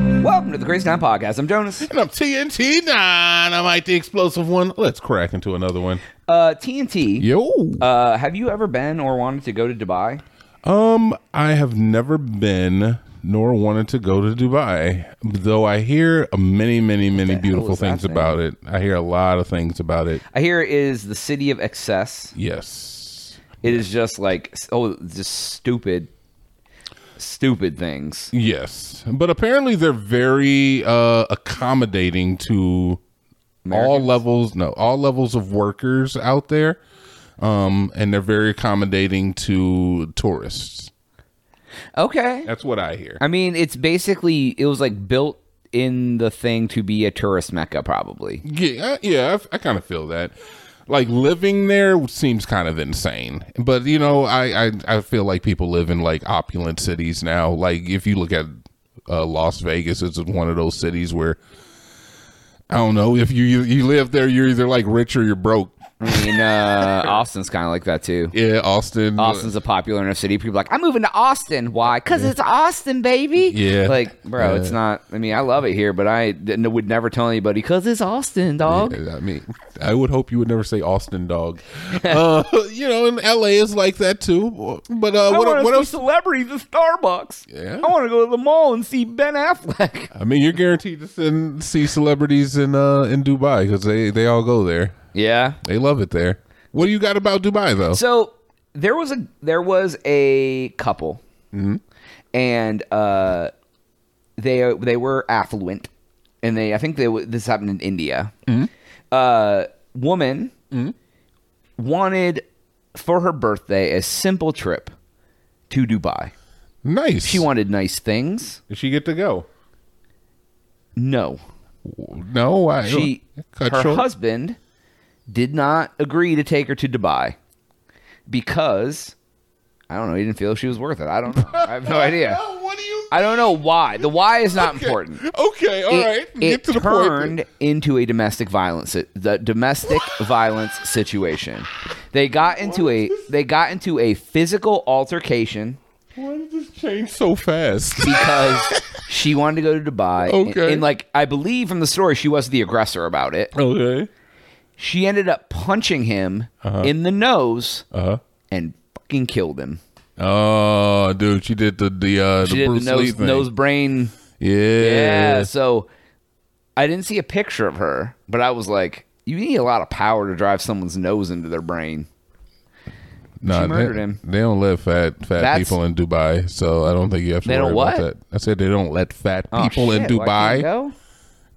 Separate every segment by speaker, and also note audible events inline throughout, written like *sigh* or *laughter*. Speaker 1: the Crazy Town Podcast. I'm Jonas.
Speaker 2: And I'm TNT Dynamite, the explosive one. Let's crack into another one.
Speaker 1: Uh, TNT.
Speaker 2: Yo.
Speaker 1: Uh, have you ever been or wanted to go to Dubai?
Speaker 2: Um, I have never been nor wanted to go to Dubai, though I hear many, many, many beautiful
Speaker 1: is that
Speaker 2: things
Speaker 1: thing?
Speaker 2: about it. I hear a lot of things about it.
Speaker 1: I hear it is the city of excess.
Speaker 2: Yes.
Speaker 1: It is just like s- oh, just stupid, stupid things.
Speaker 2: Yes. But apparently they're very uh accommodating to all levels, no, all levels of workers out there. Um and they're very accommodating to tourists.
Speaker 1: Okay.
Speaker 2: That's what I hear.
Speaker 1: I mean, it's basically it was like built in the thing to be a tourist mecca, probably.
Speaker 2: Yeah, I- yeah, I, I kind of feel that. Like living there seems kind of insane, but you know, I, I I feel like people live in like opulent cities now. Like if you look at uh, Las Vegas, it's one of those cities where I don't know if you you, you live there, you're either like rich or you're broke.
Speaker 1: I mean, uh, Austin's kind of like that too.
Speaker 2: Yeah, Austin. uh,
Speaker 1: Austin's a popular enough city. People are like, I'm moving to Austin. Why? Because it's Austin, baby.
Speaker 2: Yeah.
Speaker 1: Like, bro,
Speaker 2: Yeah.
Speaker 1: it's not. I mean, I love it here, but I d- n- would never tell anybody because it's Austin, dog.
Speaker 2: I mean, I would hope you would never say Austin dog. *laughs* uh, you know, and LA is like that too. But uh, what, what else?
Speaker 1: celebrities at Starbucks.
Speaker 2: Yeah.
Speaker 1: want to go to the mall and see Ben Affleck.
Speaker 2: I mean, you're guaranteed to send, see celebrities in uh, in Dubai because they they all go there.
Speaker 1: *laughs* Yeah.
Speaker 2: They love it there. What do you got about Dubai though?
Speaker 1: So there was a there was a couple, and uh, they they were affluent, and they I think they were- this happened in India. Uh, woman wanted for her birthday a simple trip to Dubai.
Speaker 2: nice.
Speaker 1: She wanted nice things.
Speaker 2: Did she get to go?
Speaker 1: No,
Speaker 2: No, I
Speaker 1: she
Speaker 2: cut
Speaker 1: her
Speaker 2: short.
Speaker 1: husband did not agree to take her to Dubai because I don't know. He didn't feel she was worth it. I don't know. I have no idea.
Speaker 2: Oh, what do you?
Speaker 1: I don't know why. The why is not
Speaker 2: okay.
Speaker 1: important.
Speaker 2: Okay, all right.
Speaker 1: It,
Speaker 2: get
Speaker 1: it
Speaker 2: to the
Speaker 1: turned
Speaker 2: point.
Speaker 1: into a domestic violence si- the domestic violence situation. They got into a they got into a physical altercation
Speaker 2: Why did this change so fast?
Speaker 1: because she wanted to go to Dubai. And,
Speaker 2: Okay.
Speaker 1: and like I believe from the story she was the aggressor about it.
Speaker 2: *laughs* okay.
Speaker 1: She ended up punching him
Speaker 2: Uh-huh.
Speaker 1: in the nose
Speaker 2: Uh
Speaker 1: and fucking killed him.
Speaker 2: huh. Oh, dude, she did the the uh,
Speaker 1: She
Speaker 2: the
Speaker 1: did
Speaker 2: Bruce
Speaker 1: the
Speaker 2: Lee
Speaker 1: nose
Speaker 2: thing.
Speaker 1: nose brain Yeah.
Speaker 2: yeah.
Speaker 1: So I didn't see a picture of her, but I was like, you need a lot of power to drive someone's nose into their brain.
Speaker 2: Nah,
Speaker 1: She murdered
Speaker 2: they,
Speaker 1: him.
Speaker 2: They don't let fat fat
Speaker 1: That's-
Speaker 2: people in Dubai, so I don't think you have to
Speaker 1: They
Speaker 2: worry
Speaker 1: don't
Speaker 2: about
Speaker 1: what?
Speaker 2: that. I said they don't let fat
Speaker 1: Oh,
Speaker 2: people in
Speaker 1: shit, why can't you
Speaker 2: Dubai.
Speaker 1: go? *laughs*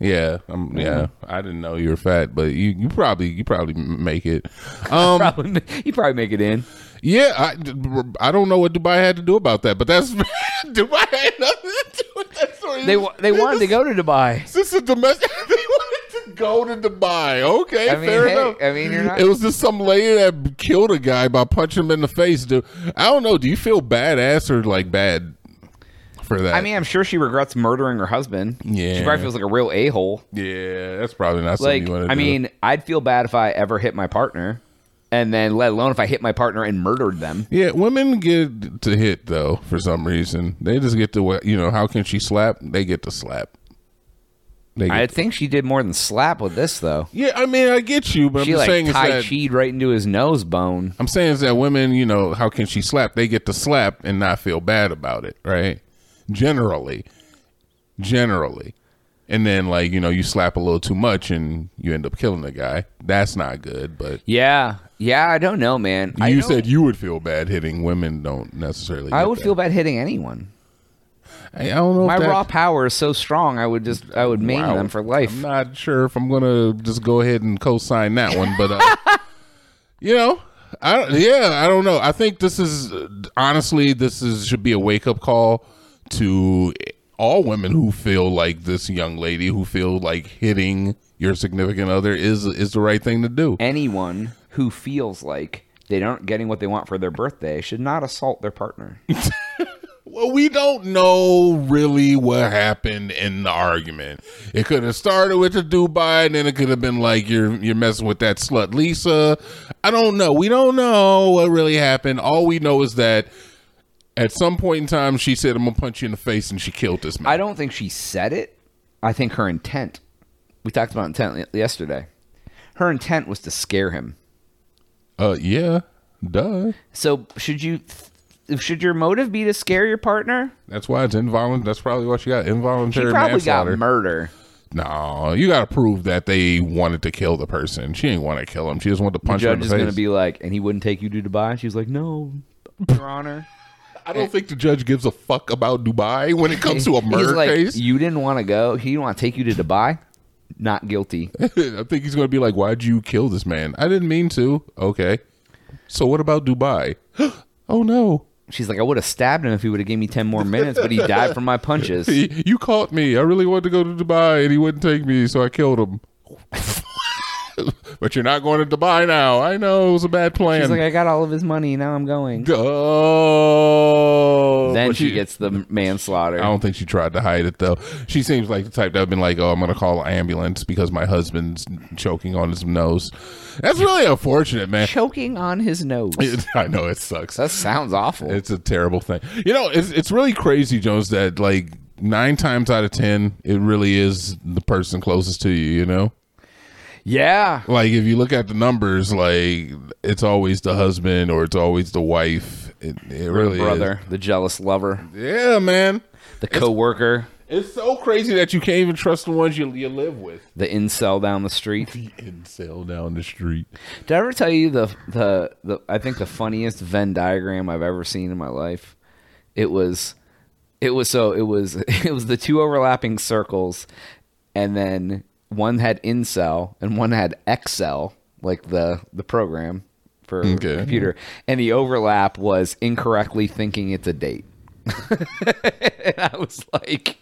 Speaker 2: Yeah, um, yeah. I didn't know you were fat, but you, you probably you probably m- make it. Um,
Speaker 1: Probably, ma- you probably make it in.
Speaker 2: yeah, I, I don't know what Dubai had to do about that, but that's *laughs* Dubai had nothing to do with that story.
Speaker 1: They wa- they wanted to go to Dubai.
Speaker 2: Is this a domestic? *laughs* they wanted to go to Dubai. Okay,
Speaker 1: I mean,
Speaker 2: fair
Speaker 1: hey,
Speaker 2: enough.
Speaker 1: I mean, you're not-
Speaker 2: It was just some lady that killed a guy by punching him in the face, dude. I don't know. Do you feel badass or like bad for that?
Speaker 1: I mean, I'm sure she regrets murdering her husband. She
Speaker 2: Yeah.
Speaker 1: probably feels like a real a hole.
Speaker 2: yeah, that's probably not something
Speaker 1: Like,
Speaker 2: you want to
Speaker 1: I mean, I'd feel bad if I ever hit my partner, and then let alone if I hit my partner and murdered them.
Speaker 2: Yeah, women get to hit though for some reason. They just get to wa- you know how can she slap? They get to slap. They get
Speaker 1: I
Speaker 2: to-
Speaker 1: think she did more than slap with this though.
Speaker 2: yeah, I mean I get you, but I'm
Speaker 1: She
Speaker 2: just saying
Speaker 1: like
Speaker 2: is
Speaker 1: tai
Speaker 2: that
Speaker 1: chi'd right into his nose bone.
Speaker 2: I'm saying is that women you know how can she slap? They get to slap and not feel bad about it, right? Generally, generally, and then like you know you slap a little too much and you end up killing the guy. That's not good, but.
Speaker 1: Yeah, yeah. I don't know, man. I
Speaker 2: you
Speaker 1: don't-
Speaker 2: said you would feel bad hitting women. Don't necessarily.
Speaker 1: I
Speaker 2: get
Speaker 1: would
Speaker 2: that.
Speaker 1: feel bad hitting anyone.
Speaker 2: I, I don't know.
Speaker 1: My
Speaker 2: if that,
Speaker 1: raw power is so strong. I would just I would maim
Speaker 2: Wow.
Speaker 1: them for life.
Speaker 2: I'm not sure if I'm gonna just go ahead and co-sign that one, but uh, *laughs* you know, I don't- yeah, I don't know. I think this is uh, honestly, this is should be a wake up call to all women who feel like this young lady who feel like hitting your significant other is is the right thing to do.
Speaker 1: anyone who feels like they aren't getting what they want for their birthday should not assault their
Speaker 2: *laughs*
Speaker 1: partner.
Speaker 2: Well, we don't know really what happened in the argument. It could have started with the Dubai, and then it could have been like you're you're messing with that slut Lisa. I don't know. We don't know what really happened. All we know is that at some point in time, she said, "I'm gonna punch you in the face," and she killed this man.
Speaker 1: I don't think she said it. I think her intent. We talked about intent y- yesterday. Her intent was to scare him.
Speaker 2: Uh, yeah, duh.
Speaker 1: So should you? Should your motive be to scare your partner?
Speaker 2: That's why it's involuntary. That's probably what you got.
Speaker 1: He
Speaker 2: Involuntary
Speaker 1: probably got
Speaker 2: manslaughter.
Speaker 1: murder.
Speaker 2: no, you got to prove that they wanted to kill the person. She didn't want to kill him. She just wanted to
Speaker 1: The
Speaker 2: punch him
Speaker 1: judge
Speaker 2: in
Speaker 1: is
Speaker 2: the
Speaker 1: going to
Speaker 2: face.
Speaker 1: be like, and he wouldn't take you to Dubai. She was like, no, Your Honor.
Speaker 2: I don't think the judge gives a fuck about Dubai when it comes to
Speaker 1: *laughs*
Speaker 2: a
Speaker 1: He's
Speaker 2: murder
Speaker 1: like,
Speaker 2: case.
Speaker 1: you didn't want to go. He didn't want to take you to Dubai. Not
Speaker 2: *laughs*
Speaker 1: guilty.
Speaker 2: *laughs* I think he's going to be like, "Why'd you kill this man? I didn't mean to." Okay, so what about Dubai? *gasps* oh no,
Speaker 1: She's like, I would have stabbed him if he would have given me ten more minutes, but he died from my punches.
Speaker 2: *laughs* He- you caught me. I really wanted to go to Dubai, and he wouldn't take me, so I killed him. *laughs* but you're not going to Dubai now. I know it was a bad plan.
Speaker 1: She's like, I got all of his money. Now I'm going.
Speaker 2: oh,
Speaker 1: Then
Speaker 2: But
Speaker 1: she gets the manslaughter.
Speaker 2: I don't think she tried to hide it though. She seems like the type that would been like, "Oh, I'm gonna call an ambulance because my husband's choking on his nose." That's really unfortunate, man. *laughs*
Speaker 1: Choking on his nose.
Speaker 2: I know it sucks.
Speaker 1: That sounds awful.
Speaker 2: It's a terrible thing. You know, it's it's really crazy, Jones, that like nine times out of ten, it really is the person closest to you, you know?
Speaker 1: yeah.
Speaker 2: Like if you look at the numbers, like it's always the husband or it's always the wife. It, it really
Speaker 1: Brother, the jealous lover,
Speaker 2: is. Yeah, man.
Speaker 1: the coworker,
Speaker 2: It's so crazy that you can't even trust the ones you, you live with.
Speaker 1: the incel down the street.
Speaker 2: The incel down the street.
Speaker 1: Did I ever tell you the, the the I think the funniest Venn diagram I've ever seen in my life? It was it was so it was *laughs* it was the two overlapping circles and then one had incel and one had Excel, like the the program for
Speaker 2: Okay.
Speaker 1: computer. And the overlap was incorrectly thinking it's a date. *laughs* and I was like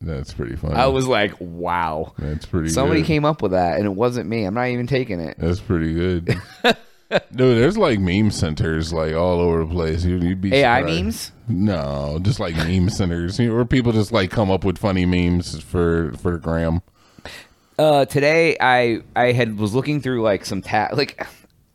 Speaker 2: That's pretty funny.
Speaker 1: I was like, wow.
Speaker 2: That's pretty
Speaker 1: Somebody
Speaker 2: good.
Speaker 1: came up with that and it wasn't me. I'm not even taking it.
Speaker 2: That's pretty good.
Speaker 1: *laughs*
Speaker 2: Dude, there's like meme centers like all over the place. You, would be
Speaker 1: AI
Speaker 2: surprised.
Speaker 1: memes?
Speaker 2: No, just like meme centers you know, where people just like come up with funny memes for for Graham.
Speaker 1: Uh, today I I had was looking through like some tab like.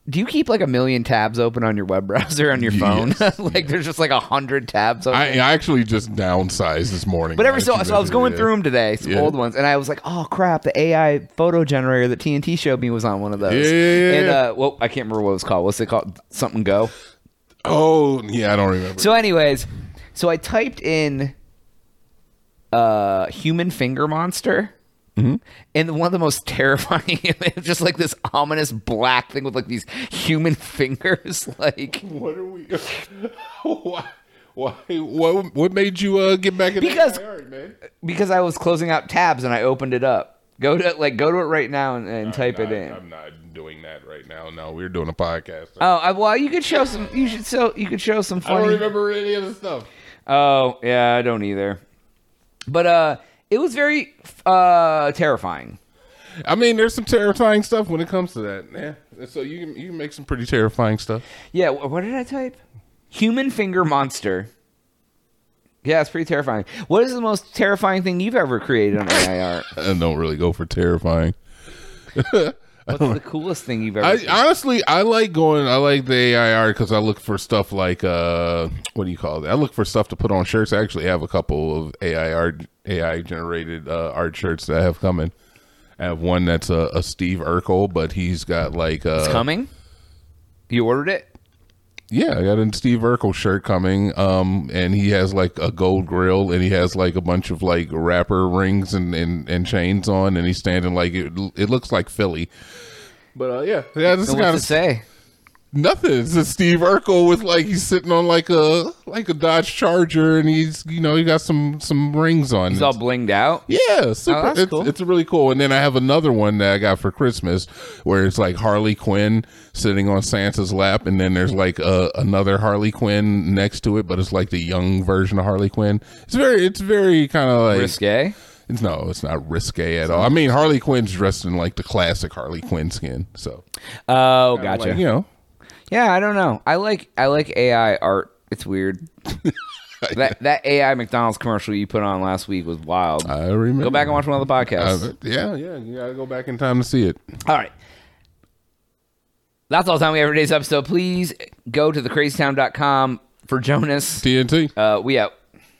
Speaker 1: Do you keep like a million tabs open on your web browser on your phone?
Speaker 2: Yes,
Speaker 1: *laughs* like there's just like a hundred tabs open.
Speaker 2: I, I actually just downsized this morning.
Speaker 1: but every
Speaker 2: I
Speaker 1: so,
Speaker 2: keep
Speaker 1: so I was
Speaker 2: it-
Speaker 1: going
Speaker 2: yeah.
Speaker 1: through them today, some
Speaker 2: Yeah.
Speaker 1: old ones, and I was like, "Oh crap!" The AI photo generator that TNT showed me was on one of those.
Speaker 2: Yeah, yeah, yeah,
Speaker 1: And
Speaker 2: yeah.
Speaker 1: uh, well, I can't remember what it was called. What's it called? Something Go.
Speaker 2: Oh yeah, I don't remember.
Speaker 1: So, anyways, so I typed in uh, human finger monster. And one of the most *laughs* terrifying, it's just like this ominous black thing with like these human *laughs* fingers. Like,
Speaker 2: what are we? *laughs* why? Why? What? What made you uh, get back in?
Speaker 1: Because-
Speaker 2: the yard, man?
Speaker 1: because I was closing out tabs and I opened it up. Go to like go to it right now and, and type
Speaker 2: I'm
Speaker 1: it
Speaker 2: not-
Speaker 1: in.
Speaker 2: I'm not doing that right now. No, we're doing a podcast.
Speaker 1: oh, I, well, you could show some. You should show. You could show some
Speaker 2: I don't
Speaker 1: funny.
Speaker 2: remember any of the stuff.
Speaker 1: Oh yeah, I don't either. But uh, it was very uh terrifying.
Speaker 2: I mean, there's some terrifying stuff when it comes to that. Yeah. So you can you can make some pretty terrifying stuff.
Speaker 1: Yeah, wh- what did I type? Human finger monster. Yeah, it's pretty terrifying. What is the most terrifying thing you've ever created on AI
Speaker 2: *laughs*
Speaker 1: art?
Speaker 2: I don't really go for terrifying.
Speaker 1: What's the coolest thing you've ever?
Speaker 2: I honestly I like going I like the AIR because I look for stuff like uh what do you call it? I look for stuff to put on shirts. I actually have a couple of AI art AI generated uh, art shirts that I have coming. I have one that's a, a Steve Urkel, but he's got like uh
Speaker 1: it's coming. You ordered it.
Speaker 2: Yeah, I got a Steve Urkel shirt coming. Um, and he has like a gold grill, and he has like a bunch of like wrapper rings and and, and chains on, and he's standing like it. It looks like Philly. But uh, yeah, yeah, this
Speaker 1: So
Speaker 2: is
Speaker 1: what's
Speaker 2: kind
Speaker 1: it
Speaker 2: of
Speaker 1: say?
Speaker 2: nothing. It's a Steve Urkel with like he's sitting on like a like a Dodge Charger, and he's you know he got some some rings on.
Speaker 1: It's all blinged out.
Speaker 2: Yeah, super.
Speaker 1: Oh, that's
Speaker 2: it's,
Speaker 1: cool.
Speaker 2: it's really cool. And then I have another one that I got for Christmas where it's like Harley Quinn sitting on Santa's lap, and then there's like a, another Harley Quinn next to it, but it's like the young version of Harley Quinn. It's very, it's very kind of like
Speaker 1: Risque.
Speaker 2: it's no, it's not risque at all. I mean, Harley Quinn's dressed in like the classic Harley Quinn skin, so
Speaker 1: Oh, gotcha.
Speaker 2: like, you know,
Speaker 1: Yeah, I don't know. I like I like AI art. It's
Speaker 2: *laughs*
Speaker 1: weird. that that AI McDonald's commercial you put on last week was wild.
Speaker 2: I remember.
Speaker 1: Go back and watch one of the podcasts.
Speaker 2: Uh, yeah, yeah, you gotta go back in time to see it.
Speaker 1: All right. That's all the time we have for today's episode. Please go to thecrazytown.com for Jonas.
Speaker 2: TNT.
Speaker 1: Uh, we out.